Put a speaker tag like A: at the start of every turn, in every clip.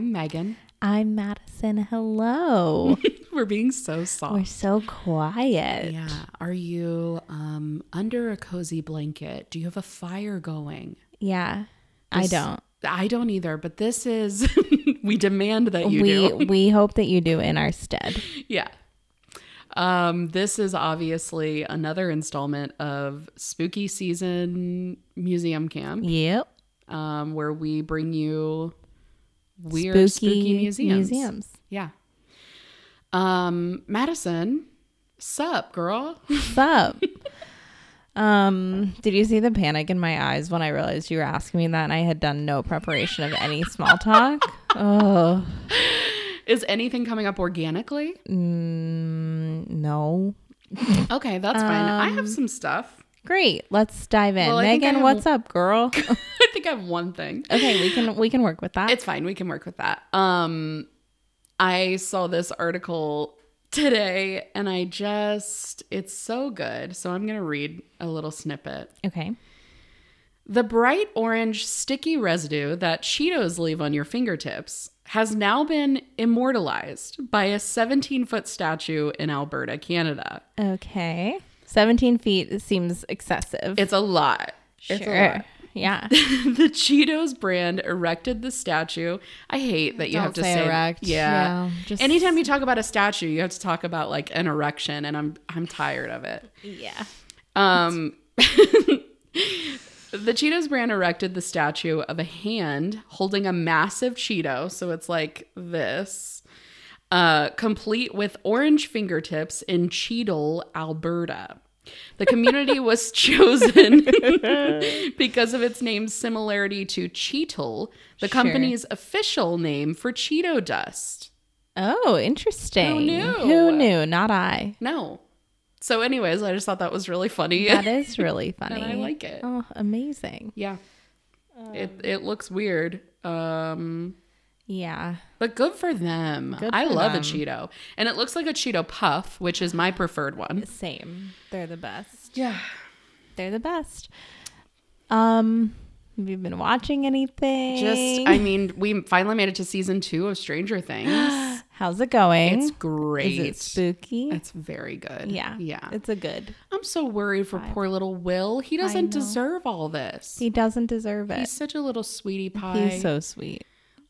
A: Megan.
B: I'm Madison. Hello.
A: We're being so soft.
B: We're so quiet.
A: yeah. Are you um, under a cozy blanket? Do you have a fire going?
B: Yeah. I
A: This-
B: don't.
A: I don't either, but this is, we demand that you
B: we
A: do.
B: we hope that you do in our stead.
A: Yeah. Um, this is obviously another installment of Spooky Season Museum Camp,
B: Yep.
A: um, where we bring you weird, spooky, museums. Yeah. Um, Madison, sup, girl?
B: What's up? um, did you see the panic in my eyes when I realized you were asking me that and I had done no preparation of any small talk? Oh,
A: Is anything coming up organically?
B: mm, no.
A: Okay, that's fine. I have some stuff.
B: Great. Let's dive in.
A: Well, I think I
B: Megan,
A: have-
B: what's up, girl?
A: I think I have one thing.
B: okay, we can we can work with that.
A: It's fine. We can work with that. Um, I saw this article today and I just, it's so good. So I'm going to read a little snippet.
B: okay.
A: The bright orange sticky residue that Cheetos leave on your fingertips has now been immortalized by a 17 foot statue in Alberta, Canada.
B: Okay. 17 feet seems excessive.
A: It's a lot.
B: sure.
A: It's a lot.
B: Yeah.
A: the Cheetos brand erected the statue. I hate that you have to say,
B: erect.
A: Yeah.
B: Yeah, just-
A: Anytime you talk about a statue, you have to talk about like an erection, and I'm I'm tired of it.
B: yeah.
A: Um, the Cheetos brand erected the statue of a hand holding a massive Cheeto, so it's like this, uh, complete with orange fingertips in Cheadle, Alberta. The community was chosen because of its name's similarity to Cheetle, the
B: Sure.
A: company's official name for Cheeto dust.
B: Oh, interesting.
A: knew?
B: Who knew? Not I.
A: No. So, anyways, I just thought that was really funny.
B: That is really funny.
A: and I like it.
B: Oh, amazing.
A: Yeah.
B: Um,
A: it it looks weird. Um
B: Yeah.
A: but good for them.
B: Good
A: I
B: for
A: love a
B: them.
A: Cheeto. And it looks like a Cheeto puff, which is my preferred one.
B: Same. They're the best.
A: Yeah.
B: They're the best. Um, have you been watching anything?
A: Just I mean, we finally made it to season 2 of Stranger Things.
B: How's it going?
A: it's great.
B: Is it spooky?
A: It's very good.
B: yeah.
A: Yeah.
B: It's a good.
A: I'm so worried for poor little Will. He doesn't deserve all this.
B: He doesn't deserve it.
A: He's such a little sweetie pie.
B: He's so sweet.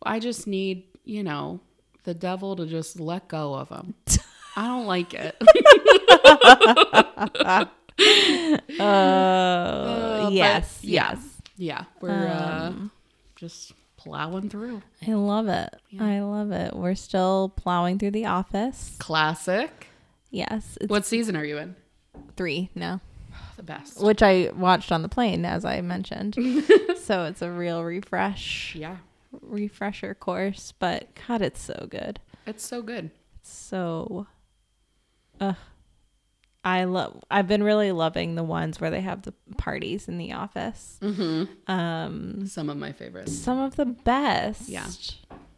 A: I just need, you know, the devil to just let go of him. I don't like it.
B: Oh,
A: Uh, but
B: yes.
A: yeah.
B: Yes.
A: Yeah, we're
B: Um,
A: uh, just plowing through.
B: I love it. I love it. We're still plowing through the office.
A: Classic.
B: Yes. It's
A: What season are you in?
B: three now.
A: The best.
B: Which I watched on the plane, as I mentioned. so it's a real refresh,
A: Yeah,
B: refresher course. But God, it's so good.
A: it's so good.
B: It's so. Ugh. I love. I've been really loving the ones where they have the parties in the office. Um,
A: Some of my favorites.
B: some of the best.
A: Yeah.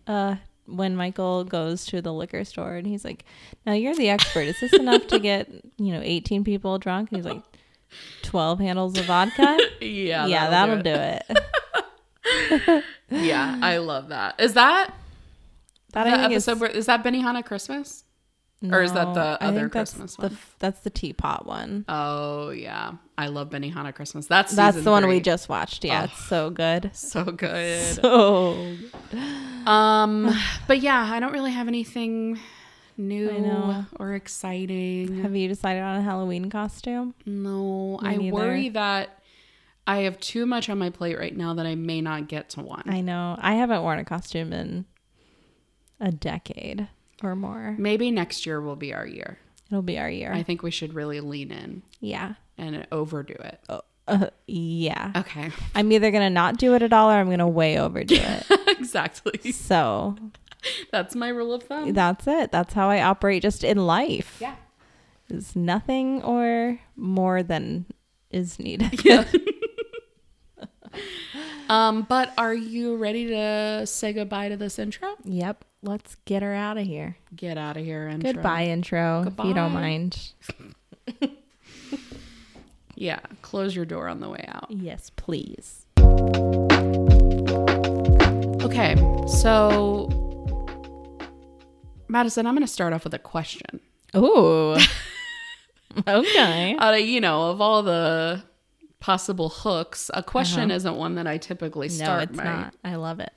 B: Uh, when Michael goes to the liquor store and he's like, "Now you're the expert. Is this enough to get you know 18 people drunk?" And he's like, "12 handles of vodka."
A: Yeah,
B: yeah, that'll, do it.
A: it. Yeah, I love that. Is that
B: That
A: the
B: I think
A: episode?
B: is,
A: where, is that Benihana Christmas? or is that
B: no,
A: the
B: I
A: other
B: think that's
A: Christmas
B: the,
A: one?
B: f- That's the teapot one.
A: Oh yeah, I love Benihana Christmas. That's
B: that's
A: season
B: the one we
A: three.
B: just watched. Yeah, it's so good.
A: So good.
B: So
A: Um, but yeah, I don't really have anything new
B: know.
A: or exciting.
B: have you decided on a Halloween costume?
A: No, I
B: neither.
A: worry that I have too much on my plate right now that I may not get to one.
B: I know I haven't worn a costume in a decade or more.
A: Maybe next year will be our year.
B: It'll be our year.
A: I think we should really lean in
B: Yeah.
A: and overdo it.
B: Uh, yeah.
A: Okay,
B: I'm either going to not do it at all or I'm going to way overdo it.
A: exactly.
B: so
A: That's my rule of thumb.
B: that's it. That's how I operate just in life.
A: yeah.
B: It's nothing or more than is needed.
A: Um, but are you ready to say goodbye to this intro?
B: yep. Let's get her out of here.
A: Get out of here, intro.
B: Goodbye, intro, if you
A: Goodbye.
B: don't mind.
A: Yeah, close your door on the way out.
B: Yes, please.
A: Okay, so Madison, I'm going to start off with a question.
B: Ooh. okay.
A: Uh, you know, of all the possible hooks, a question isn't one that I typically
B: Uh-huh. No,
A: start
B: it's
A: my.
B: not. I love it.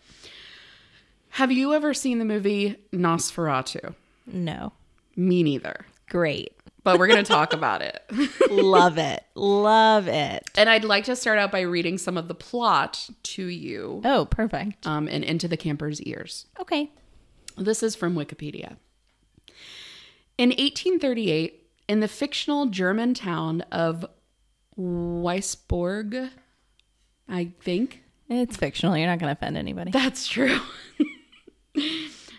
A: Have you ever seen the movie Nosferatu?
B: No.
A: Me neither.
B: Great.
A: But we're going to talk about it.
B: love it. Love it.
A: And I'd like to start out by reading some of the plot to you
B: Oh, perfect.
A: um, and into the camper's ears.
B: Okay.
A: This is from Wikipedia. In 1838, in the fictional German town of Weisborg, I think
B: It's fictional. You're not going to offend anybody.
A: that's true.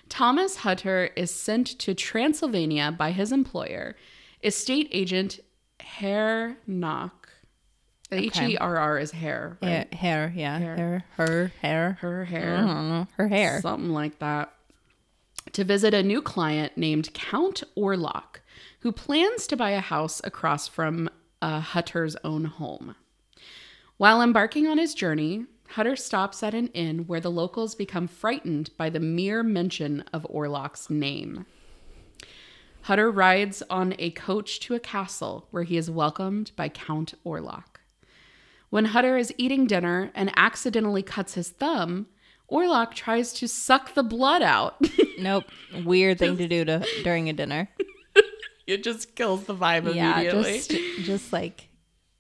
A: Thomas Hutter is sent to Transylvania by his employer, estate agent Herr Knock. H E R R is hair. right?
B: Yeah, Mm-hmm. hair, yeah. Hair. Her hair.
A: Her hair.
B: I don't know. Her hair.
A: Something like that. To visit a new client named Count Orlock, who plans to buy a house across from uh, Hutter's own home. While embarking on his journey, Hutter stops at an inn where the locals become frightened by the mere mention of Orlock's name. Hutter rides on a coach to a castle where he is welcomed by Count Orlock. When Hutter is eating dinner and accidentally cuts his thumb, Orlok tries to suck the blood out.
B: Nope. Weird thing to do to during a dinner.
A: it just kills the vibe
B: Yeah,
A: immediately.
B: just just like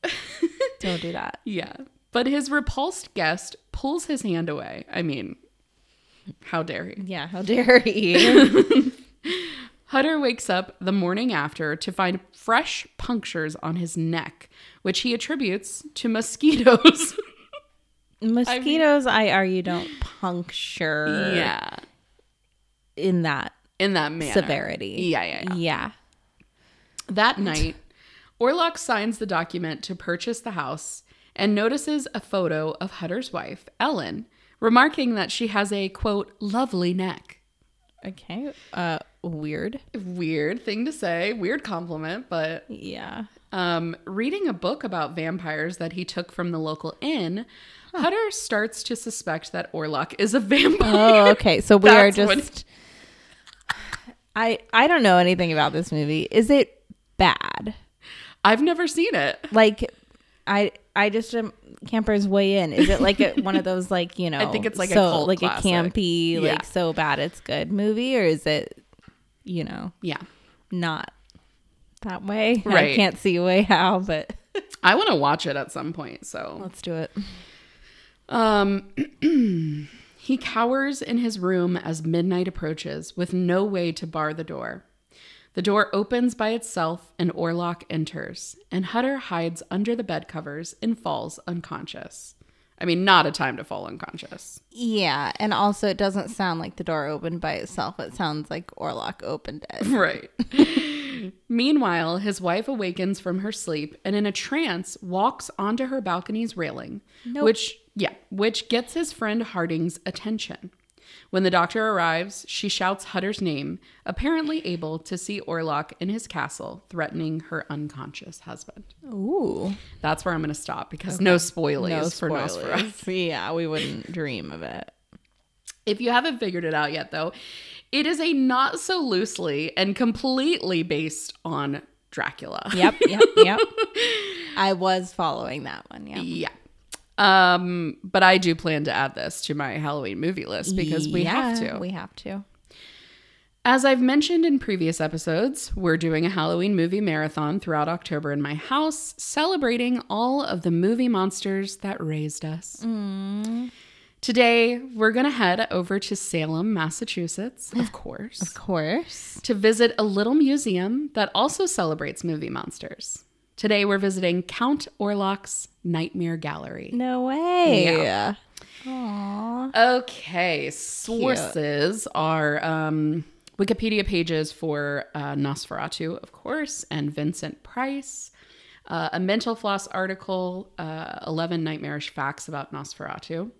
B: don't do that.
A: Yeah. But his repulsed guest pulls his hand away. I mean, how dare he?
B: Yeah, how dare you?
A: Hutter wakes up the morning after to find fresh punctures on his neck, which he attributes to mosquitoes.
B: Mosquitoes, I, argue, don't puncture
A: yeah.
B: in that
A: In that manner.
B: severity.
A: Yeah, yeah, yeah.
B: Yeah.
A: That night, Orlok signs the document to purchase the house and notices a photo of Hutter's wife, Ellen, remarking that she has a quote, lovely neck.
B: Okay. Uh, weird.
A: Weird thing to say, weird compliment, but
B: Yeah.
A: um, reading a book about vampires that he took from the local inn, Hutter starts to suspect that Orlok is a vampire.
B: Oh, okay. So we are
A: That's what-
B: just. I I don't know anything about this movie. Is it bad?
A: I've never seen it.
B: Like, I I just am campers way in. Is it like a, one of those like you know? I
A: think it's like a
B: so,
A: cult
B: like
A: classic.
B: a campy
A: Yeah.
B: like so bad it's good movie or is it you know
A: Yeah.
B: not that way?
A: Right.
B: I can't see a way how, but
A: I want to watch it at some point, so.
B: let's do it.
A: Um, he cowers in his room as midnight approaches with no way to bar the door. The door opens by itself and Orlok enters, and Hutter hides under the bed covers and falls unconscious. I mean, not a time to fall unconscious.
B: Yeah, and also it doesn't sound like the door opened by itself. It sounds like Orlok opened it.
A: Right. Meanwhile, his wife awakens from her sleep and in a trance walks onto her balcony's railing, which yeah, which gets his friend Harding's attention. When the doctor arrives, she shouts Hutter's name, apparently able to see Orlok in his castle threatening her unconscious husband.
B: Ooh.
A: That's where I'm going to stop because no spoilies for Nosferatu.
B: yeah, we wouldn't dream of it.
A: If you haven't figured it out yet, though, it is a not so loosely and completely based on Dracula.
B: Yep, yep, yep. I was following that one. Yeah.
A: Yeah. Um, but I do plan to add this to my Halloween movie list because we have
B: Yeah,
A: to.
B: We have to.
A: As I've mentioned in previous episodes, we're doing a Halloween movie marathon throughout October in my house, celebrating all of the movie monsters that raised us. Today, we're going to head over to Salem, Massachusetts, of course,
B: Of course.
A: to visit a little museum that also celebrates movie monsters. Today, we're visiting Count Orlok's Nightmare Gallery.
B: No way.
A: Yeah.
B: Aww.
A: Okay, sources are um, Wikipedia pages for uh, Nosferatu, of course, and Vincent Price. Uh, a Mental Floss article, uh, 11 Nightmarish Facts About Nosferatu.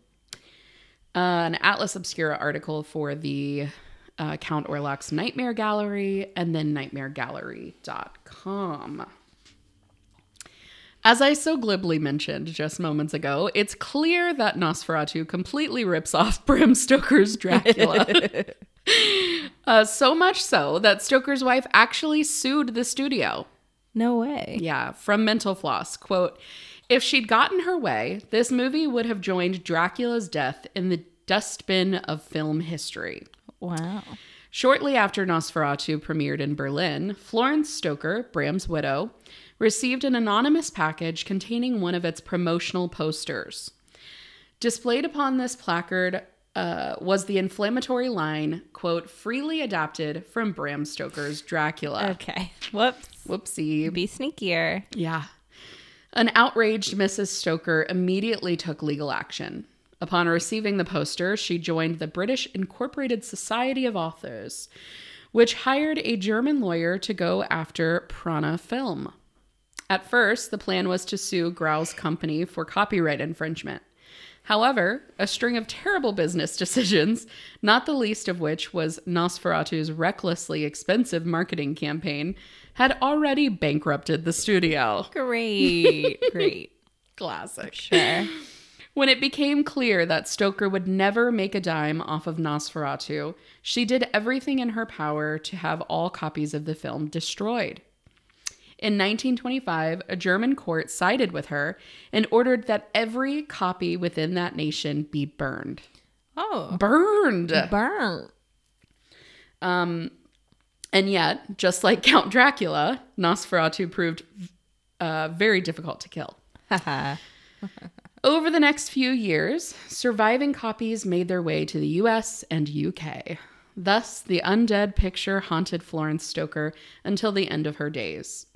A: Uh, an Atlas Obscura article for the uh, Count Orlok's Nightmare Gallery, and then nightmaregallery.com. As I so glibly mentioned just moments ago, it's clear that Nosferatu completely rips off Bram Stoker's Dracula. Uh, so much so that Stoker's wife actually sued the studio.
B: No way.
A: Yeah, from Mental Floss. Quote If she'd gotten her way, this movie would have joined Dracula's death in the dustbin of film history.
B: Wow.
A: Shortly after Nosferatu premiered in Berlin, Florence Stoker, Bram's widow, received an anonymous package containing one of its promotional posters. Displayed upon this placard uh, was the inflammatory line, quote, freely adapted from Bram Stoker's Dracula.
B: Okay. Whoops.
A: Whoopsie.
B: Be sneakier.
A: Yeah. An outraged Mrs. Stoker immediately took legal action. Upon receiving the poster, she joined the British Incorporated Society of Authors, which hired a German lawyer to go after Prana Film. At first, the plan was to sue Grau's company for copyright infringement. However, a string of terrible business decisions, not the least of which was Nosferatu's recklessly expensive marketing campaign, had already bankrupted the studio.
B: Great. Great.
A: Classic.
B: Sure.
A: When it became clear that Stoker would never make a dime off of Nosferatu, she did everything in her power to have all copies of the film destroyed. In 1925, a German court sided with her and ordered that every copy within that nation be burned.
B: Oh.
A: Burned!
B: Burnt.
A: And yet, just like Count Dracula, Nosferatu proved uh, very difficult to kill.
B: Haha.
A: Over the next few years, surviving copies made their way to the US and UK. Thus, the undead picture haunted Florence Stoker until the end of her days.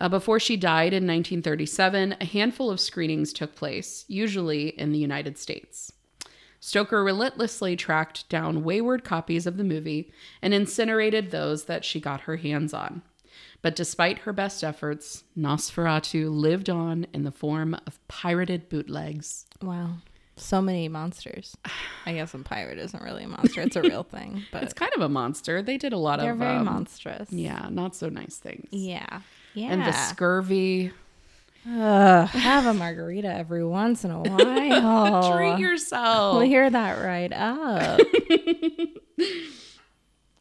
A: Uh, before she died in 1937, a handful of screenings took place, usually in the United States. Stoker relentlessly tracked down wayward copies of the movie and incinerated those that she got her hands on. But despite her best efforts, Nosferatu lived on in the form of pirated bootlegs.
B: wow. So many monsters. I guess a pirate isn't really a monster. It's a real thing, but
A: It's kind of a monster. They did a lot
B: they're
A: of
B: very
A: um,
B: monstrous.
A: yeah, not so nice things.
B: Yeah. Yeah.
A: And the scurvy.
B: Ugh, have a margarita every once in a while.
A: Treat yourself.
B: Clear that right up.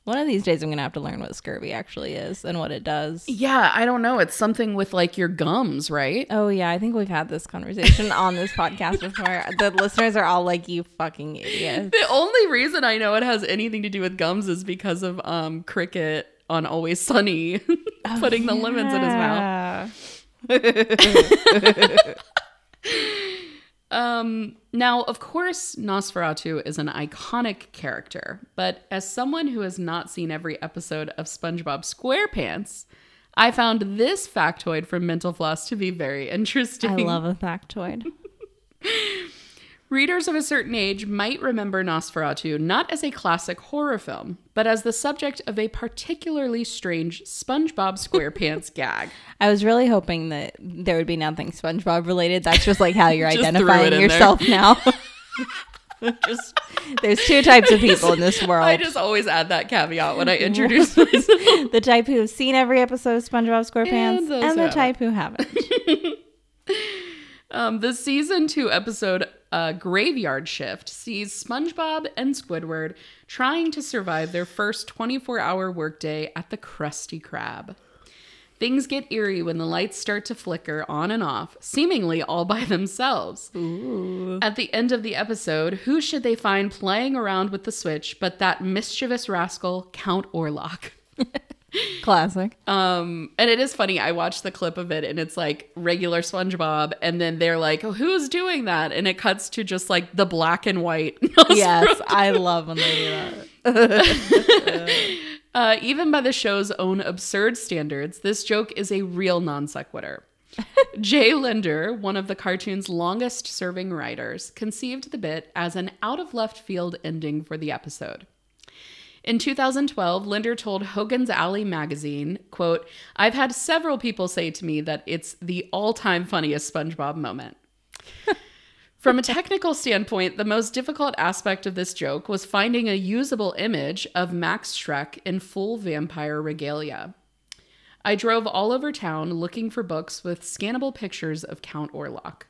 B: One of these days, I'm gonna have to learn what scurvy actually is and what it does.
A: yeah, I don't know. It's something with like your gums, right?
B: Oh yeah, I think we've had this conversation on this podcast before. The listeners are all like, "You fucking idiot."
A: The only reason I know it has anything to do with gums is because of um cricket on Always Sunny putting the lemons in his mouth. Um, now, of course, Nosferatu is an iconic character, but as someone who has not seen every episode of SpongeBob SquarePants, I found this factoid from Mental Floss to be very interesting.
B: I love a factoid.
A: Readers of a certain age might remember Nosferatu not as a classic horror film, but as the subject of a particularly strange SpongeBob SquarePants gag.
B: I was really hoping that there would be nothing SpongeBob related. That's just like how you're
A: Just threw it
B: identifying
A: in
B: yourself now. just there's two types of people in this world.
A: I just always add that caveat when I introduce myself.
B: the type who've seen every episode of SpongeBob SquarePants
A: And
B: and,
A: those who
B: the
A: haven't.
B: type who haven't.
A: Um, the season two episode uh, Graveyard Shift sees SpongeBob and Squidward trying to survive their first 24 hour workday at the Krusty Krab. Things get eerie when the lights start to flicker on and off, seemingly all by themselves. At the end of the episode, who should they find playing around with the Switch but that mischievous rascal, Count Orlok?
B: Classic.
A: Um, and it is funny. I watched the clip of it, and it's like regular SpongeBob, and then they're like, oh, "Who's doing that?" And it cuts to just like the black and white.
B: yes, I love when they do that.
A: Uh, even by the show's own absurd standards, this joke is a real non sequitur. Jay Linder, one of the cartoon's longest serving writers, conceived the bit as an out of left field ending for the episode. In 2012, Linder told Hogan's Alley magazine, quote, I've had several people say to me that it's the all-time funniest SpongeBob moment. From a technical standpoint, the most difficult aspect of this joke was finding a usable image of Max Shrek in full vampire regalia. I drove all over town looking for books with scannable pictures of Count Orlok.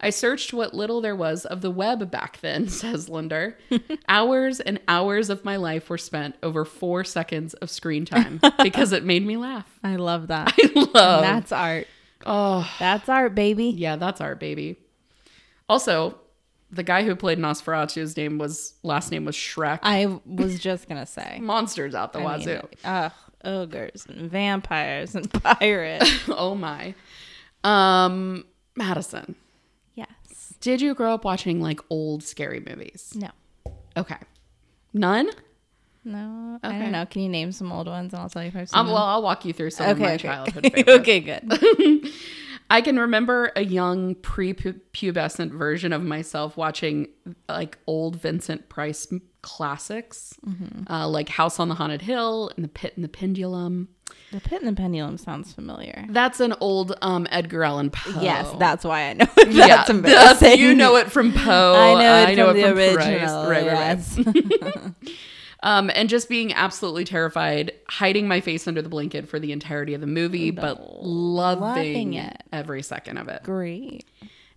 A: I searched what little there was of the web back then, says Linder. hours and hours of my life were spent over four seconds of screen time because it made me laugh.
B: I love that.
A: I love.
B: That's art.
A: oh,
B: That's art, baby.
A: yeah, that's our baby. Also, the guy who played Nosferatu's name was last name was Shrek.
B: I was just gonna say.
A: Monsters out the
B: I mean,
A: wazoo.
B: ugh, ogres and vampires and pirates.
A: oh my. Um, Madison,
B: yes.
A: did you grow up watching like old scary movies?
B: No.
A: Okay, none.
B: No. I
A: Okay.
B: don't know. Can you name some old ones and I'll tell you if I've seen
A: Um,
B: them?
A: well, I'll walk you through some of my
B: okay.
A: childhood
B: okay.
A: favorites.
B: okay, good.
A: I can remember a young pre-pubescent version of myself watching like old Vincent Price m- classics,
B: Mm-hmm.
A: uh, like House on the Haunted Hill and The Pit and the Pendulum.
B: The Pit and the Pendulum sounds familiar.
A: That's an old um, Edgar Allan Poe.
B: Yes, that's why I know it.
A: Oh. Yeah,
B: That's
A: that's-
B: embarrassing.
A: you know it from Poe.
B: I know it
A: I
B: from the
A: Price.
B: original.
A: Right, right, right.
B: yes.
A: Um, and just being absolutely terrified, hiding my face under the blanket for the entirety of the movie, but loving,
B: Loving it.
A: every second of it.
B: Great.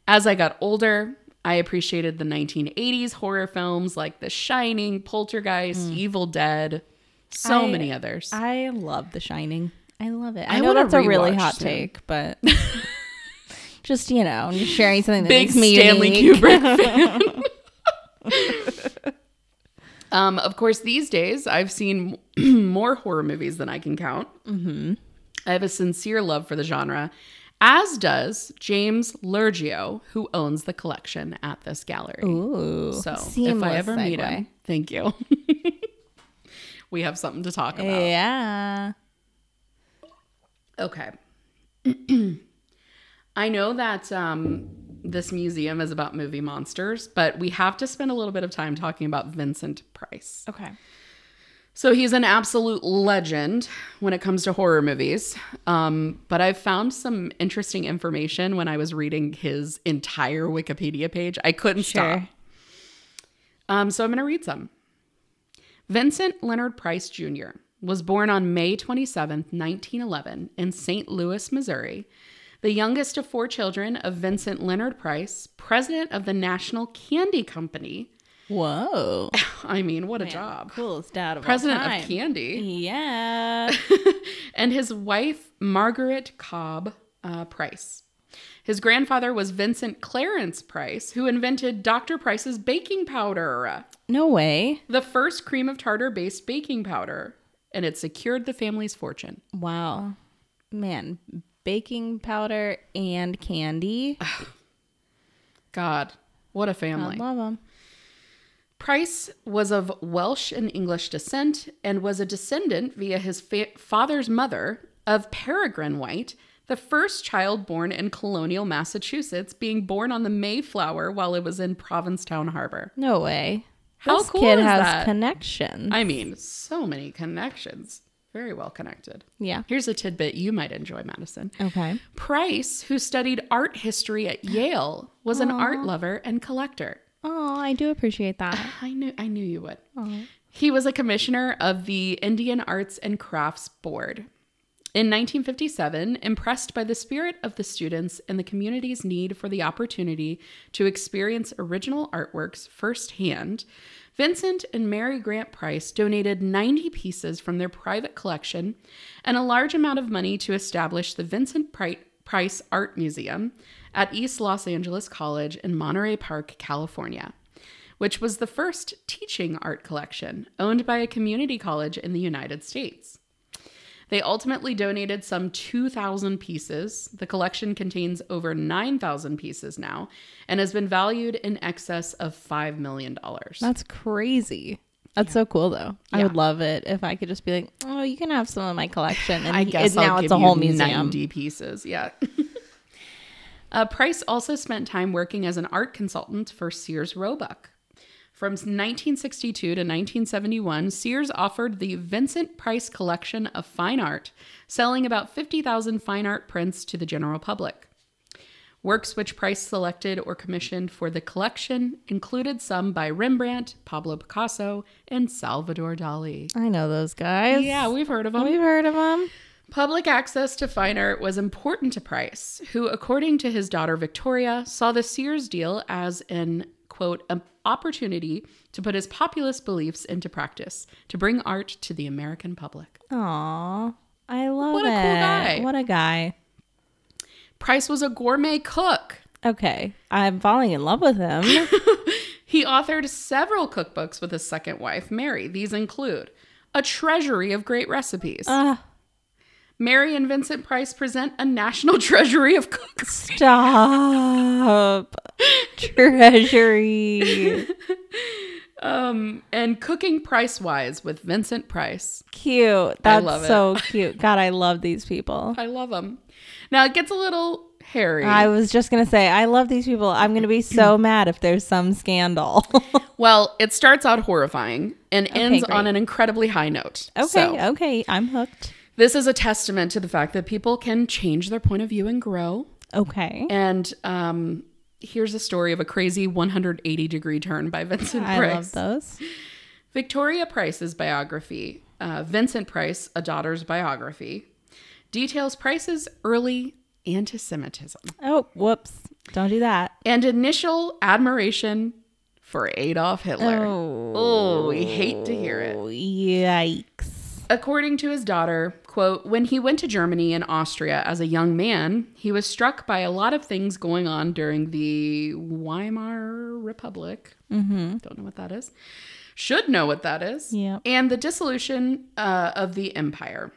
A: As I got older, I appreciated the 1980s horror films like The Shining, Poltergeist, Evil Dead, so
B: Hmm. I-
A: many others.
B: I love The Shining. I love it. I,
A: I
B: know
A: wanna
B: that's a really
A: rewatch
B: hot
A: soon.
B: take, but just you know, just sharing something that
A: Big
B: makes me
A: Stanley
B: unique.
A: Kubrick fan. um, of course, these days I've seen more horror movies than I can count. Mm-hmm. I have a sincere love for the genre, as does James Lurgio, who owns the collection at this gallery.
B: Ooh,
A: So if
B: seamless
A: I ever meet
B: segue.
A: him, thank you. we have something to talk about.
B: yeah,
A: Okay. I know that um, this museum is about movie monsters, but we have to spend a little bit of time talking about Vincent Price.
B: okay,
A: So he's an absolute legend when it comes to horror movies. Um, but I've found some interesting information when I was reading his entire Wikipedia page. I couldn't stop.
B: sure.
A: Um, so I'm going to read some. Vincent Leonard Price Jr. was born on May 27, 1911, in St. Louis, Missouri, the youngest of four children of Vincent Leonard Price, president of the National Candy Company.
B: Whoa,
A: I mean, what a job.
B: coolest dad of
A: President
B: all time.
A: of Candy.
B: Yeah,
A: and his wife, Margaret Cobb uh, Price. His grandfather was Vincent Clarence Price, who invented Dr. Price's baking powder.
B: no way.
A: the first cream of tartar based baking powder, and it secured the family's fortune.
B: Wow, man, baking powder and candy.
A: Oh God, what a
B: I
A: family.
B: love them.
A: Price was of Welsh and English descent and was a descendant via his fa- father's mother of Peregrine White, the first child born in colonial Massachusetts, being born on the Mayflower while it was in Provincetown Harbor.
B: No way.
A: How
B: this
A: cool
B: kid
A: is
B: has
A: that?
B: connection.
A: I mean, so many connections. Very well connected.
B: yeah.
A: Here's a tidbit you might enjoy, Madison.
B: Okay.
A: Price, who studied art history at Yale, was an art lover and collector.
B: Oh, I do appreciate that.
A: I knew I knew you would.
B: Aw.
A: He was a commissioner of the Indian Arts and Crafts Board. In 1957, impressed by the spirit of the students and the community's need for the opportunity to experience original artworks firsthand, Vincent and Mary Grant Price donated 90 pieces from their private collection and a large amount of money to establish the Vincent Pri- Price Art Museum at East Los Angeles College in Monterey Park, California which was the first teaching art collection owned by a community college in the United States. They ultimately donated some 2,000 pieces. The collection contains over 9,000 pieces now and has been valued in excess of $5 million.
B: That's crazy. That's so cool, though. I
A: Yeah.
B: would love it if I could just be like, oh, you can have some of my collection. And
A: I
B: he-
A: guess
B: it-
A: I'll
B: now
A: give
B: it's a
A: you
B: whole museum.
A: 90 pieces. Yeah. uh, Price also spent time working as an art consultant for Sears Roebuck. From 1962 to 1971, Sears offered the Vincent Price Collection of Fine Art, selling about 50,000 fine art prints to the general public. Works which Price selected or commissioned for the collection included some by Rembrandt, Pablo Picasso, and Salvador Dali.
B: I know those guys.
A: Yeah, we've heard of them.
B: We've heard of them.
A: Public access to fine art was important to Price, who, according to his daughter Victoria, saw the Sears deal as an quote "an opportunity to put his populist beliefs into practice, to bring art to the American public.
B: Aw, I love
A: What a
B: it.
A: cool guy.
B: What a guy.
A: Price was a gourmet cook.
B: Okay, I'm falling in love with him.
A: He authored several cookbooks with his second wife, Mary. These include A Treasury of Great Recipes.
B: Ah,
A: Mary and Vincent Price present a national treasury of cooks.
B: stop. Treasury.
A: Um, and Cooking Price Wise with Vincent Price.
B: Cute.
A: I
B: That's
A: love it.
B: so cute. God, I love these people.
A: I love them. Now it gets a little hairy.
B: I was just gonna say, I love these people. I'm gonna be so mad if there's some scandal.
A: well, it starts out horrifying and ends
B: great.
A: on an incredibly high note.
B: okay,
A: So,
B: okay, I'm hooked.
A: this is a testament to the fact that people can change their point of view and grow.
B: Okay,
A: And um, here's a story of a crazy 180 degree turn by Vincent
B: I
A: Price.
B: love those.
A: Victoria Price's biography, uh, Vincent Price, a daughter's biography, details Price's early anti Semitism
B: Oh, whoops! Don't do that.
A: and initial admiration for Adolf Hitler.
B: Oh.
A: Oh, we hate to hear it.
B: Yikes!
A: According to his daughter, quote, when he went to Germany and Austria as a young man, he was struck by a lot of things going on during the Weimar Republic. Mm-hmm. Don't know what that is. Should know what that is.
B: Yep.
A: And the dissolution uh, of the empire.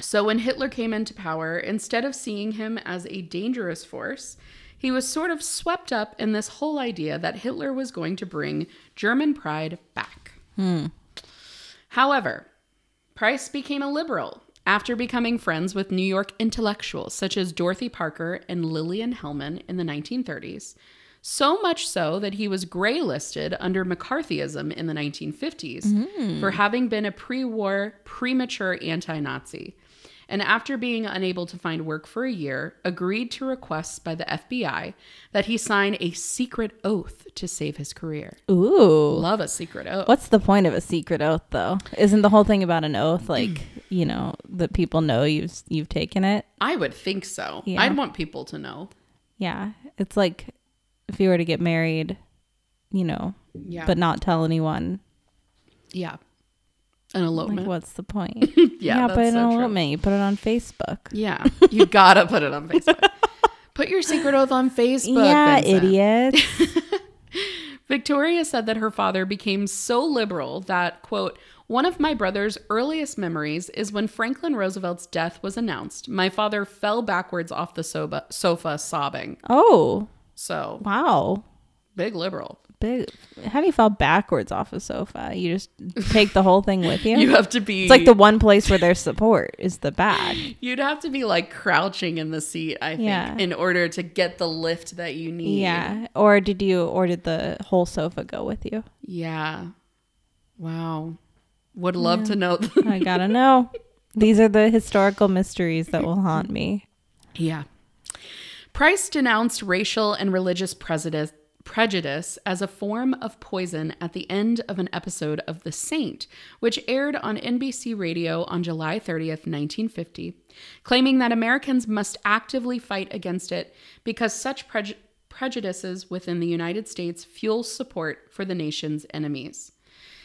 A: So when Hitler came into power, instead of seeing him as a dangerous force, he was sort of swept up in this whole idea that Hitler was going to bring German pride back. However, Price became a liberal after becoming friends with New York intellectuals such as Dorothy Parker and Lillian Hellman in the 1930s, so much so that he was gray listed under McCarthyism in the 1950s for having been a pre war, premature anti Nazi. And after being unable to find work for a year, agreed to requests by the FBI that he sign a secret oath to save his career.
B: Ooh.
A: Love a secret oath.
B: What's the point of a secret oath, though? Isn't the whole thing about an oath like you know that people know you've you've taken it?
A: I would think so.
B: Yeah.
A: I'd want people to know.
B: Yeah, it's like if you were to get married, you know,
A: Yeah.
B: but not tell anyone.
A: yeah. An
B: Like,
A: elopement.
B: what's the point?
A: Mm-hmm. yeah,
B: yeah,
A: that's
B: but I
A: so
B: don't
A: true.
B: want me. You put it on Facebook.
A: Yeah. You gotta put it on Facebook. put your secret oath on Facebook.
B: yeah,
A: Vincent.
B: idiot.
A: Victoria said that her father became so liberal that, quote, one of my brother's earliest memories is when Franklin Roosevelt's death was announced. My father fell backwards off the soba- sofa sobbing.
B: oh,
A: So,
B: wow.
A: big liberal.
B: Big. How do you fall backwards off a sofa? You just take the whole thing with you?
A: You have to be
B: it's like the one place where there's support is the back.
A: You'd have to be like crouching in the seat, I think,
B: Yeah.
A: in order to get the lift that you need.
B: Yeah. Or did you, or did the whole sofa go with you?
A: Yeah. Wow. Would love to know.
B: I gotta know. These are the historical mysteries that will haunt me.
A: yeah. Price denounced racial and religious prejudice, prejudice as a form of poison at the end of an episode of The Saint, which aired on NBC radio on July 30th, 1950, claiming that Americans must actively fight against it because such preju- prejudices within the United States fuel support for the nation's enemies.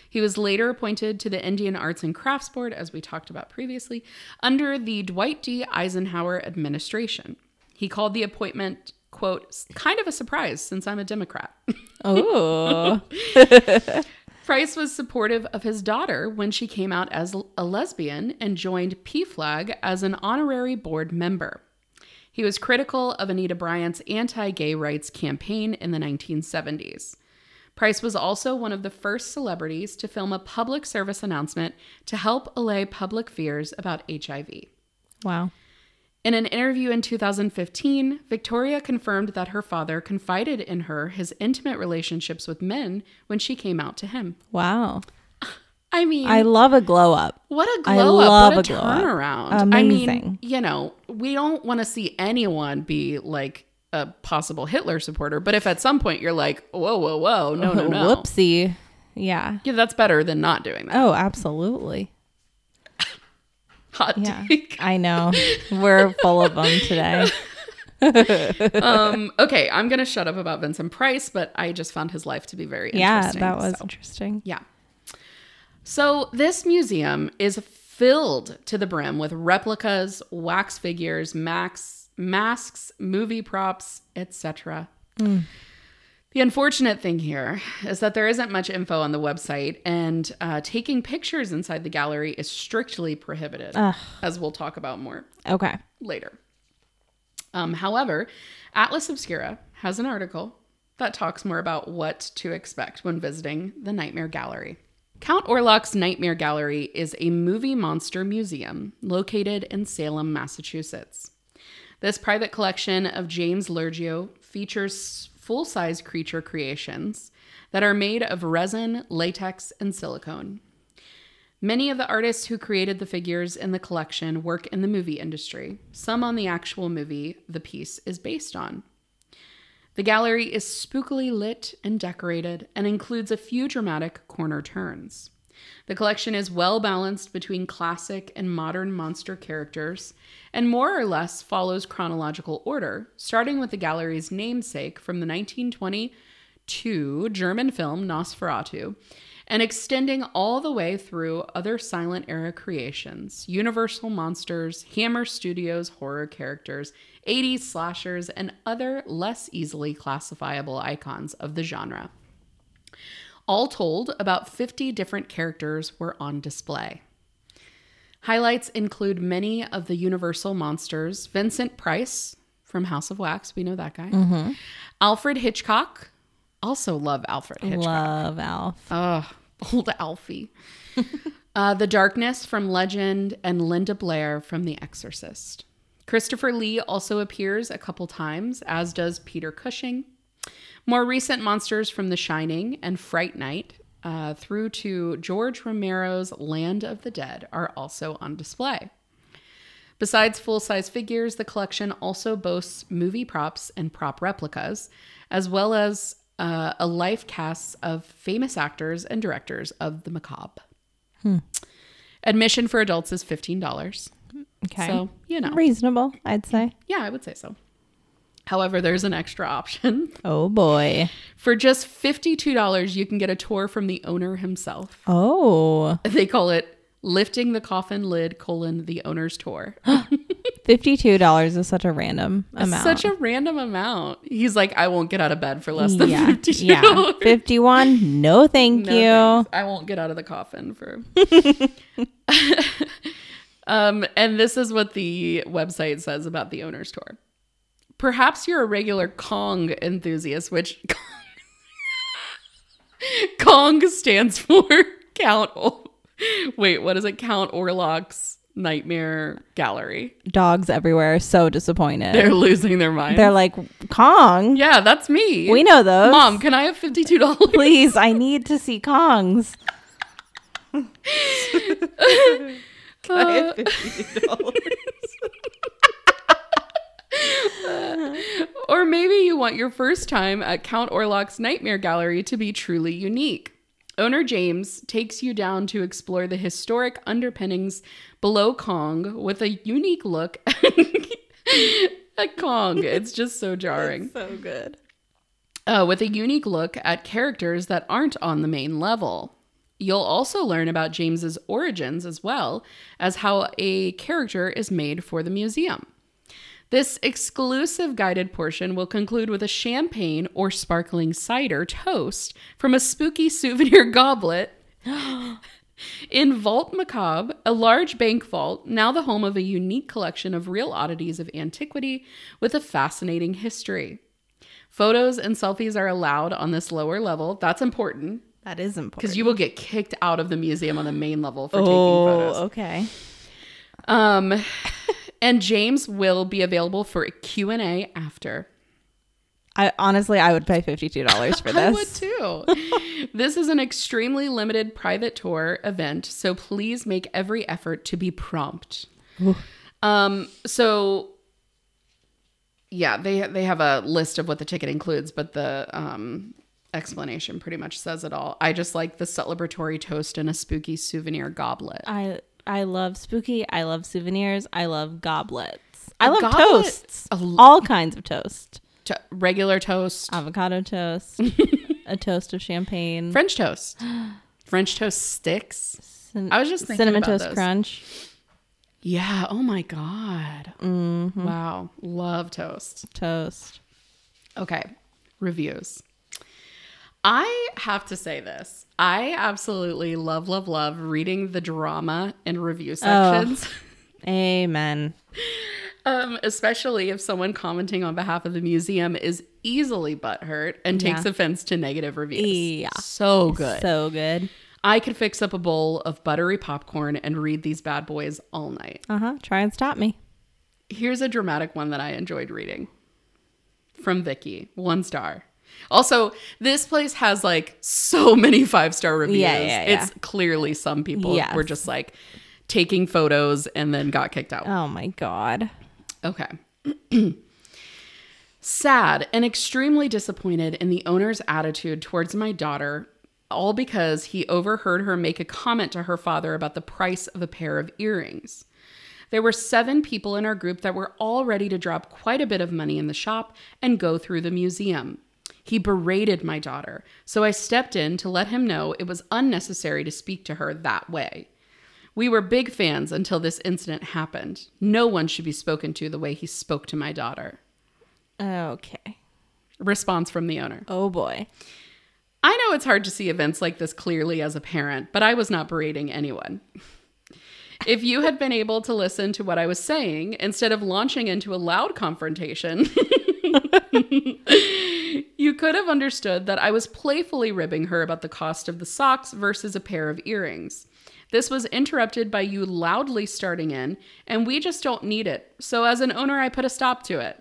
A: He was later appointed to the Indian Arts and Crafts Board, as we talked about previously, under the Dwight D. Eisenhower administration. He called the appointment, quote, kind of a surprise since I'm a Democrat.
B: Oh,
A: Price was supportive of his daughter when she came out as l- a lesbian and joined PFLAG as an honorary board member. He was critical of Anita Bryant's anti gay rights campaign in the 1970s. Price was also one of the first celebrities to film a public service announcement to help allay public fears about HIV.
B: wow.
A: In an interview in 2015, Victoria confirmed that her father confided in her his intimate relationships with men when she came out to him.
B: Wow.
A: I mean,
B: I love a glow up.
A: what a
B: I
A: glow
B: love
A: up! What a,
B: a glow up.
A: turnaround! I mean,
B: Amazing.
A: you know, we don't want to see anyone be like a possible Hitler supporter, but if at some point you're like, whoa, whoa, whoa, Oh, no, no, no,
B: Whoopsie. Yeah.
A: yeah, that's better than not doing that.
B: Oh, absolutely.
A: hot
B: Yeah,
A: take.
B: I know. We're full of them today.
A: um, okay, I'm gonna shut up about Vincent Price, but I just found his life to be very
B: Yeah,
A: interesting.
B: that was
A: so-
B: interesting.
A: yeah. So this museum is filled to the brim with replicas, wax figures, max, masks, movie props, etc. The unfortunate thing here is that there isn't much info on the website, and uh, taking pictures inside the gallery is strictly prohibited,
B: Ugh.
A: as we'll talk about more
B: Okay.
A: later. Um, however, Atlas Obscura has an article that talks more about what to expect when visiting the Nightmare Gallery. Count Orlok's Nightmare Gallery is a movie monster museum located in Salem, Massachusetts. This private collection of James Lurgio features full size creature creations that are made of resin, latex, and silicone. Many of the artists who created the figures in the collection work in the movie industry, some on the actual movie the piece is based on. The gallery is spookily lit and decorated and includes a few dramatic corner turns. The collection is well balanced between classic and modern monster characters and more or less follows chronological order, starting with the gallery's namesake from the 1920 to German film Nosferatu and extending all the way through other silent era creations Universal Monsters, Hammer Studios horror characters, 80s slashers, and other less easily classifiable icons of the genre. All told, about 50 different characters were on display. Highlights include many of the Universal monsters Vincent Price from House of Wax, we know that guy. Alfred Hitchcock, also love Alfred Hitchcock.
B: Love Alf.
A: Ugh, old Alfie. uh, the Darkness from Legend and Linda Blair from The Exorcist. Christopher Lee also appears a couple times, as does Peter Cushing. More recent monsters from The Shining and Fright Night, uh, through to George Romero's Land of the Dead, are also on display. Besides full size figures, the collection also boasts movie props and prop replicas, as well as uh, a life cast of famous actors and directors of the macabre. Admission for adults is $15.
B: Okay.
A: So, you know,
B: Reasonable, I'd say.
A: yeah, I would say so. However, there's an extra option.
B: Oh boy.
A: For just $52, you can get a tour from the owner himself.
B: Oh.
A: They call it Lifting the Coffin Lid, colon, the owner's tour.
B: Fifty-two dollars is such a random amount.
A: Such a random amount. He's like, I won't get out of bed for less than
B: yeah,
A: fifty
B: yeah.
A: dollars.
B: Fifty-one. No, thank you.
A: I won't get out of the coffin for. um, and this is what the website says about the owner's tour. Perhaps you're a regular Kong enthusiast, which Kong stands for Count. O- Wait, what is it? Count Orlok's Nightmare Gallery.
B: Dogs everywhere are so disappointed. They're,
A: They're losing their mind.
B: like Kong.
A: yeah, that's me.
B: We know those.
A: Mom, can I have fifty-two dollars?
B: Please, I need to see Kongs.
A: Or maybe you want your first time at Count Orlok's Nightmare Gallery to be truly unique. Owner James takes you down to explore the historic underpinnings below Kong with a unique look at Kong. It's just so jarring
B: So good.
A: uh, with a unique look at characters that aren't on the main level. You'll also learn about James's origins as well as how a character is made for the museum. This exclusive guided portion will conclude with a champagne or sparkling cider toast from a spooky souvenir goblet in Vault Macabre, a large bank vault, now the home of a unique collection of real oddities of antiquity with a fascinating history. Photos and selfies are allowed on this lower level. That's important
B: That is important.
A: because you will get kicked out of the museum on the main level for taking photos.
B: Oh, okay.
A: Um, and James will be available for a Q&A after.
B: I honestly, I would pay fifty-two dollars for this.
A: I would too. this is an extremely limited private tour event, so please make every effort to be prompt. Um, so yeah, they they have a list of what the ticket includes, but the um explanation pretty much says it all. I just like the celebratory toast and a spooky souvenir goblet.
B: I I love spooky. I love souvenirs. I love goblets. I
A: A
B: love
A: goblet-
B: toasts.
A: a l-
B: All kinds of toast.
A: To- regular toast,
B: Uh. Avocado toast. a toast of champagne.
A: French toast, French toast sticks.
B: cin-
A: I was just thinking
B: cinnamon
A: about
B: toast
A: those.
B: crunch.
A: Yeah. Oh my God. Wow. Love toast.
B: Toast.
A: Okay. Reviews. I have to say this. I absolutely love, love, love reading the drama and
B: Oh.
A: review sections.
B: Amen.
A: Um, especially if someone commenting on behalf of the museum is easily butthurt and takes
B: Yeah.
A: offense to negative reviews.
B: Yeah.
A: So good.
B: So good.
A: I could fix up a bowl of buttery popcorn and read these bad boys all night.
B: Uh huh. Try and stop me.
A: Here's a dramatic one that I enjoyed reading from Vicky, one star. Also, this place has like so many five star reviews.
B: Yeah, yeah, yeah.
A: It's clearly some people
B: Yes.
A: were just like taking photos and then got kicked out.
B: Oh my god.
A: Okay. Sad and extremely disappointed in the owner's attitude towards my daughter, all because he overheard her make a comment to her father about the price of a pair of earrings. There were seven people in our group that were all ready to drop quite a bit of money in the shop and go through the museum. He berated my daughter, so I stepped in to let him know it was unnecessary to speak to her that way. We were big fans until this incident happened. No one should be spoken to the way he spoke to my daughter.
B: Okay.
A: Response from the owner.
B: Oh boy.
A: I know it's hard to see events like this clearly as a parent, but I was not berating anyone. If you had been able to listen to what I was saying instead of launching into a loud confrontation, you could have understood that I was playfully ribbing her about the cost of the socks versus a pair of earrings. This was interrupted by you loudly starting in, and we just don't need it. So, as an owner, I put a stop to it.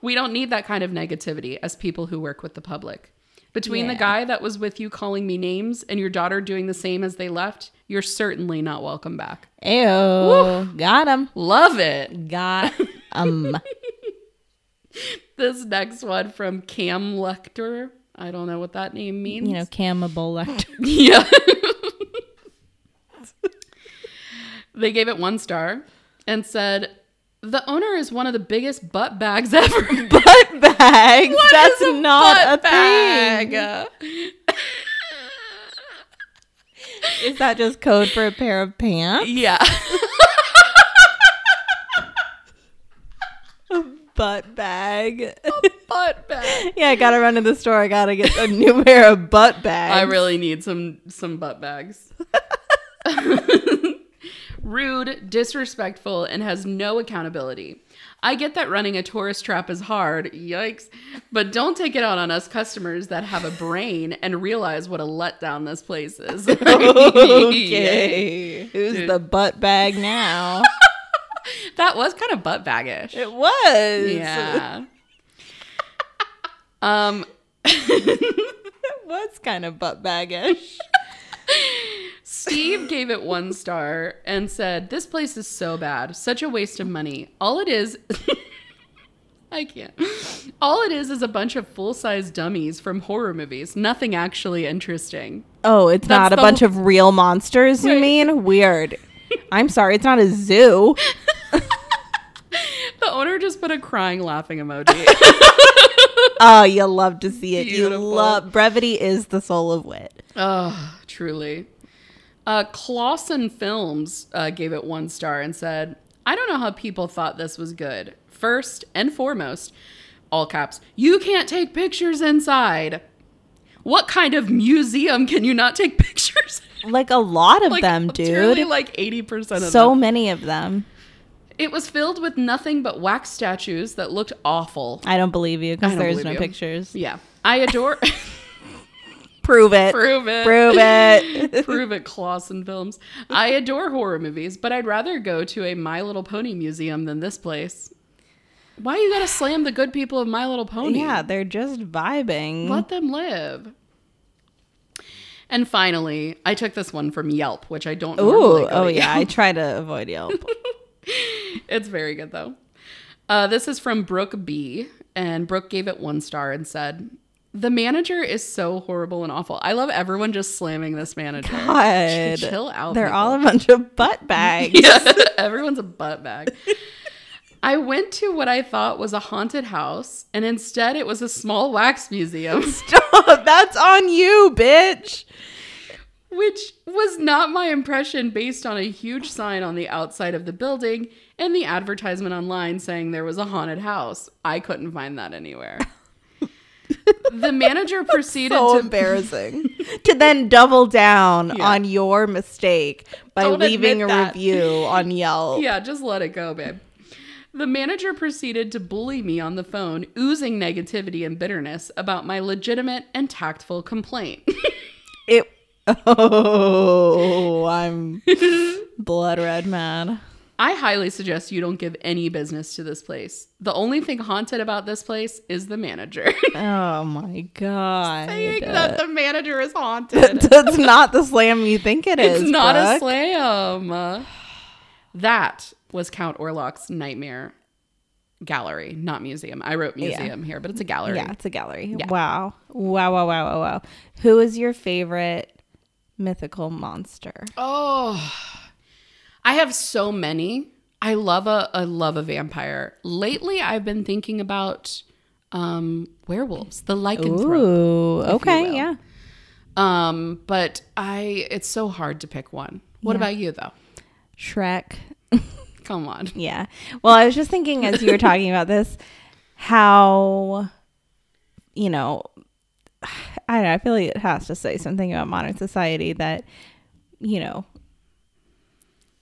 A: We don't need that kind of negativity as people who work with the public. Between the
B: Yeah.
A: guy that was with you calling me names and your daughter doing the same as they left, you're certainly not welcome back.
B: Ayo. Got him.
A: Love it.
B: Got um.
A: This next one from Cam Lecter. I don't know what that name means.
B: you know, camabole.
A: Yeah. they gave it one star and said, The owner is one of the biggest butt bags ever.
B: butt bags. That's
A: is a
B: not a
A: butt bag?
B: thing. Is that just code for a pair of pants?
A: yeah.
B: Butt bag.
A: butt bag.
B: yeah, I gotta run to the store. I gotta get a new pair of butt bags.
A: I really need some some butt bags. Rude, disrespectful, and has no accountability. I get that running a tourist trap is hard, yikes, but don't take it out on us customers that have a brain and realize what a letdown this place is.
B: okay. Who's
A: Dude.
B: the butt bag now?
A: That was kind of butt baggish.
B: it was.
A: yeah. um,
B: It was kind of butt baggish.
A: Steve gave it one star and said, This place is so bad. Such a waste of money. All it is. I can't. All it is is a bunch of full size dummies from horror movies. Nothing actually interesting.
B: Oh, it's
A: That's
B: not a
A: the
B: bunch of real monsters, you
A: Right.
B: mean? Weird. I'm sorry, it's not a zoo.
A: The owner just put a crying laughing emoji.
B: Oh, you love to see it.
A: Beautiful.
B: You love brevity is the soul of wit.
A: Oh, truly. Uh, Clausen Films uh, gave it one star and said, I don't know how people thought this was good. First and foremost, all caps, you can't take pictures inside. What kind of museum can you not take pictures?
B: Like a lot of
A: like,
B: them,
A: truly,
B: dude.
A: like 80% of
B: So
A: them.
B: many of them.
A: It was filled with nothing but wax statues that looked awful.
B: I don't believe you
A: I
B: because
A: don't
B: there's
A: believe
B: no
A: you.
B: pictures.
A: Yeah. I adore.
B: Prove it.
A: Prove it.
B: Prove it.
A: prove it, Clausen Films. I adore horror movies, but I'd rather go to a My Little Pony museum than this place. Why you gotta slam the good people of My Little Pony?
B: yeah, they're just vibing.
A: Let them live. And finally, I took this one from Yelp, which I don't normally
B: Ooh,
A: go to
B: oh yeah. I
A: Yelp.
B: try to avoid Yelp.
A: It's very good though. Uh, this is from Brooke B, and Brooke gave it one star and said, The manager is so horrible and awful. I love everyone just slamming this manager.
B: God.
A: Chill out.
B: They're
A: people.
B: all a bunch of butt bags.
A: Yeah, everyone's a butt bag. I went to what I thought was a haunted house, and instead it was a small wax museum,
B: Stop. That's on you, bitch.
A: which was not my impression based on a huge sign on the outside of the building and the advertisement online saying there was a haunted house. I couldn't find that anywhere. the manager proceeded
B: So
A: to
B: embarrassing. to then double down
A: Yeah.
B: on your mistake by
A: Don't
B: leaving a
A: admit that.
B: review on Yelp.
A: Yeah, just let it go, babe. The manager proceeded to bully me on the phone, oozing negativity and bitterness about my legitimate and tactful complaint.
B: It. Oh, I'm blood red mad.
A: I highly suggest you don't give any business to this place. The only thing haunted about this place is the manager.
B: Oh my god.
A: Saying that the manager is haunted.
B: That's not the slam you think it is.
A: it's not a
B: Brooke.
A: slam. That was Count Orlok's nightmare gallery, not museum. I wrote museum here, but it's a gallery.
B: Yeah, it's a gallery.
A: Yeah.
B: Wow. Wow, wow, wow, wow, wow. Who is your favorite mythical monster?
A: Oh, I have so many. I love a I love a vampire. Lately, I've been thinking about um, werewolves, the lycanthrope.
B: Ooh,
A: will.
B: okay, yeah.
A: Um, but I it's so hard to pick one. What
B: Yeah.
A: about you though?
B: Shrek.
A: Come on.
B: Yeah. Well, I was just thinking as you were talking about this, how, you know, I don't know. I feel like it has to say something about modern society that, you know,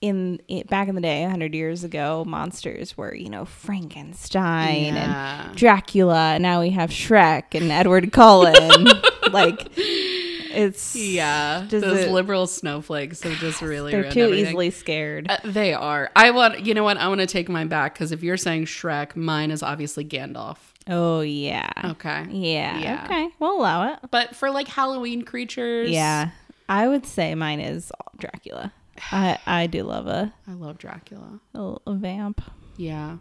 B: in it, back in the day, 100 years ago, monsters were, you know, Frankenstein
A: Yeah.
B: and Dracula. And now we have Shrek and Edward Cullen. like, it's.
A: Yeah,
B: Does
A: those
B: it-
A: liberal snowflakes have just really
B: They're
A: ruined
B: too
A: everything.
B: easily scared.
A: Uh, they are. I want. You know what? I want to take mine back because if you're saying Shrek, mine is obviously Gandalf.
B: oh, yeah.
A: Okay.
B: Yeah.
A: Yeah.
B: Okay. We'll allow it.
A: But for like Halloween creatures,
B: Yeah, I would say mine is Dracula. I I do love a,
A: I love Dracula.
B: a vamp.
A: Yeah.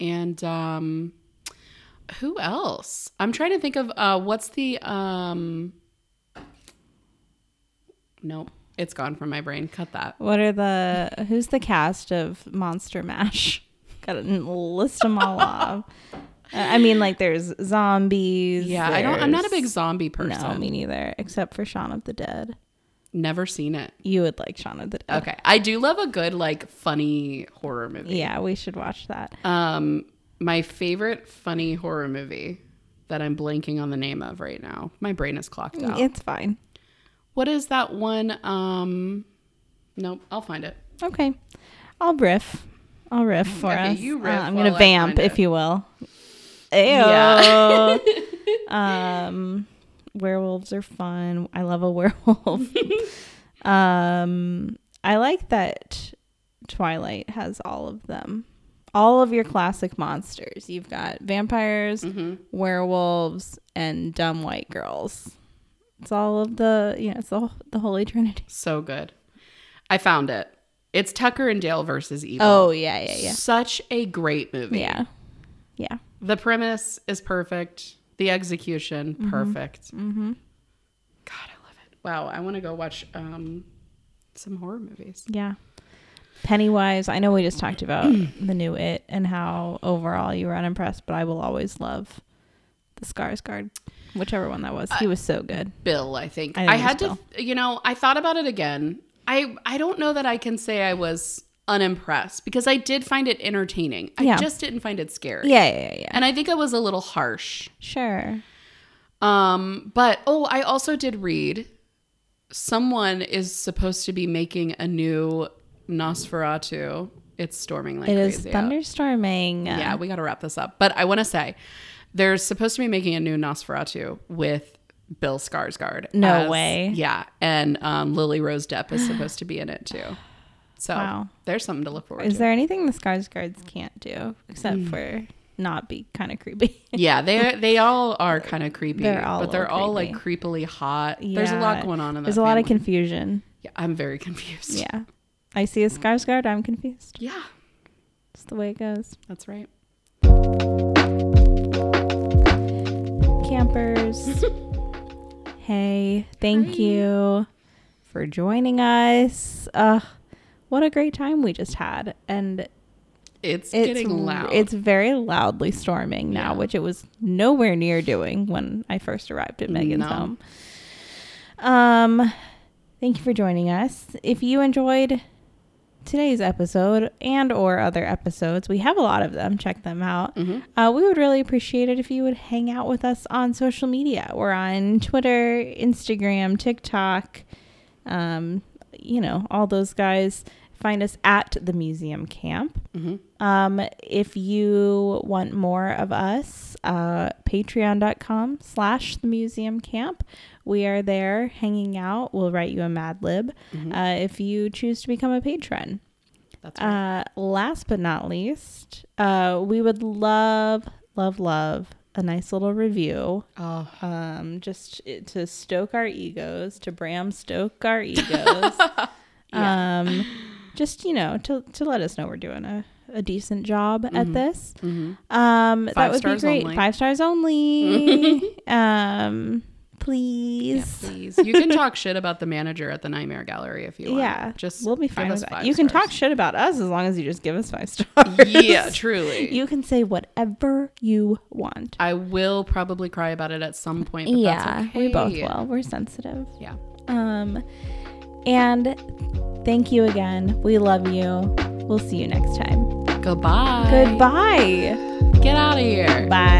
A: And um who else? I'm trying to think of uh what's the um Nope. It's gone from my brain. Cut that.
B: What are the who's the cast of Monster Mash? Got to list them all off. Uh, I mean, like there's zombies.
A: Yeah, I don't I'm not a big
B: there's-
A: zombie person.
B: No, me neither. Except for Shaun of the Dead.
A: Never seen it.
B: You would like Shaun of the Dead.
A: Okay. I do love a good like funny horror movie.
B: Yeah, we should watch that.
A: Um my favorite funny horror movie that I'm blanking on the name of right now. My brain is clocked out.
B: It's fine.
A: What is that one um Nope, I'll find it.
B: Okay, I'll riff. I'll riff for
A: Okay,
B: us.
A: you riff
B: Uh, I'm
A: while
B: gonna
A: I
B: vamp,
A: find it.
B: if you will.
A: Yeah.
B: Ayo. um, werewolves are fun. I love a werewolf. um, I like that Twilight has all of them. All of your classic monsters. You've got vampires,
A: Mm-hmm.
B: werewolves, and dumb white girls. It's all of the you know, it's the, the holy trinity.
A: So good. I found it. It's Tucker and Dale versus Evil.
B: Oh yeah, yeah, yeah.
A: Such a great movie.
B: Yeah. Yeah.
A: The premise is perfect. The execution, perfect. Mm-hmm. God, I love it. Wow, I want to go watch um, some horror movies.
B: Yeah. Pennywise, I know we just talked about the new It and how overall you were unimpressed, but I will always love the Skarsgård, whichever one that was. He was so good.
A: Bill, I think.
B: I
A: I,
B: think
A: had
B: it's
A: to, you know, I thought about it again. I, I don't know that I can say I was unimpressed because I did find it entertaining. I
B: Yeah.
A: just didn't find it scary.
B: Yeah, yeah, yeah.
A: And I think I was a little harsh
B: Sure.
A: Um, but oh, I also did read someone is supposed to be making a new Nosferatu. It's storming like
B: It is
A: crazy. out.
B: thunderstorming.
A: Yeah, we got to wrap this up. But I want to say they're supposed to be making a new Nosferatu with Bill Skarsgård.
B: No way.
A: Yeah, and um, Lily Rose Depp is supposed to be in it too. So
B: Wow.
A: there's something to look forward
B: Is
A: to.
B: there anything the Skarsgårds can't do except for not be kind of creepy?
A: yeah, they they all are kind of creepy,
B: They're all a
A: but they're
B: little
A: all like creepily hot. There's a
B: Yeah.
A: lot going on in that.
B: There's a lot of
A: family.
B: confusion.
A: Yeah, I'm very confused.
B: Yeah. I see a Skarsgård, I'm confused.
A: Yeah,
B: It's the way it goes.
A: that's right.
B: Can't campers. hey, thank
A: Hi.
B: you for joining us. Uh, what a great time we just had. And
A: It's,
B: it's
A: getting
B: r-
A: loud.
B: It's very loudly storming now,
A: Yeah.
B: which it was nowhere near doing when I first arrived at Megan's
A: No.
B: home. Um, thank you for joining us. If you enjoyed today's episode and or other episodes, we have a lot of them. Check them out.
A: Mhm.
B: Uh, we would really appreciate it if you would hang out with us on social media. We're on Twitter, Instagram, TikTok, um, you know, all those guys. Find us at the Museum Camp.
A: Mhm.
B: Um, if you want more of us, uh, patreon.com slash the museum camp. We are there hanging out. We'll write you a Mad Lib uh, if you choose to become a patron.
A: That's right.
B: Uh, last but not least, uh, we would love, love, love a nice little review
A: oh,
B: um, just to stoke our egos, to Bram stoke our egos. Um, just you know, to to let us know we're doing a, a decent job at this.
A: mhm.
B: Um, that
A: Five
B: would be
A: stars
B: great.
A: only.
B: Five stars only. um, please.
A: Yeah, please. You can talk shit about the manager at the Nightmare Gallery if you want.
B: Yeah,
A: just
B: we'll be
A: give
B: fine
A: us
B: with that.
A: five
B: You can
A: stars.
B: talk shit about us as long as you just give us five stars.
A: Yeah, truly.
B: you can say whatever you want.
A: I will probably cry about it at some point. But
B: Yeah,
A: that's okay.
B: we both will. We're sensitive.
A: Yeah.
B: Um, and thank you again. We love you. We'll see you next time.
A: Goodbye.
B: Goodbye.
A: Get out of here.
B: Bye.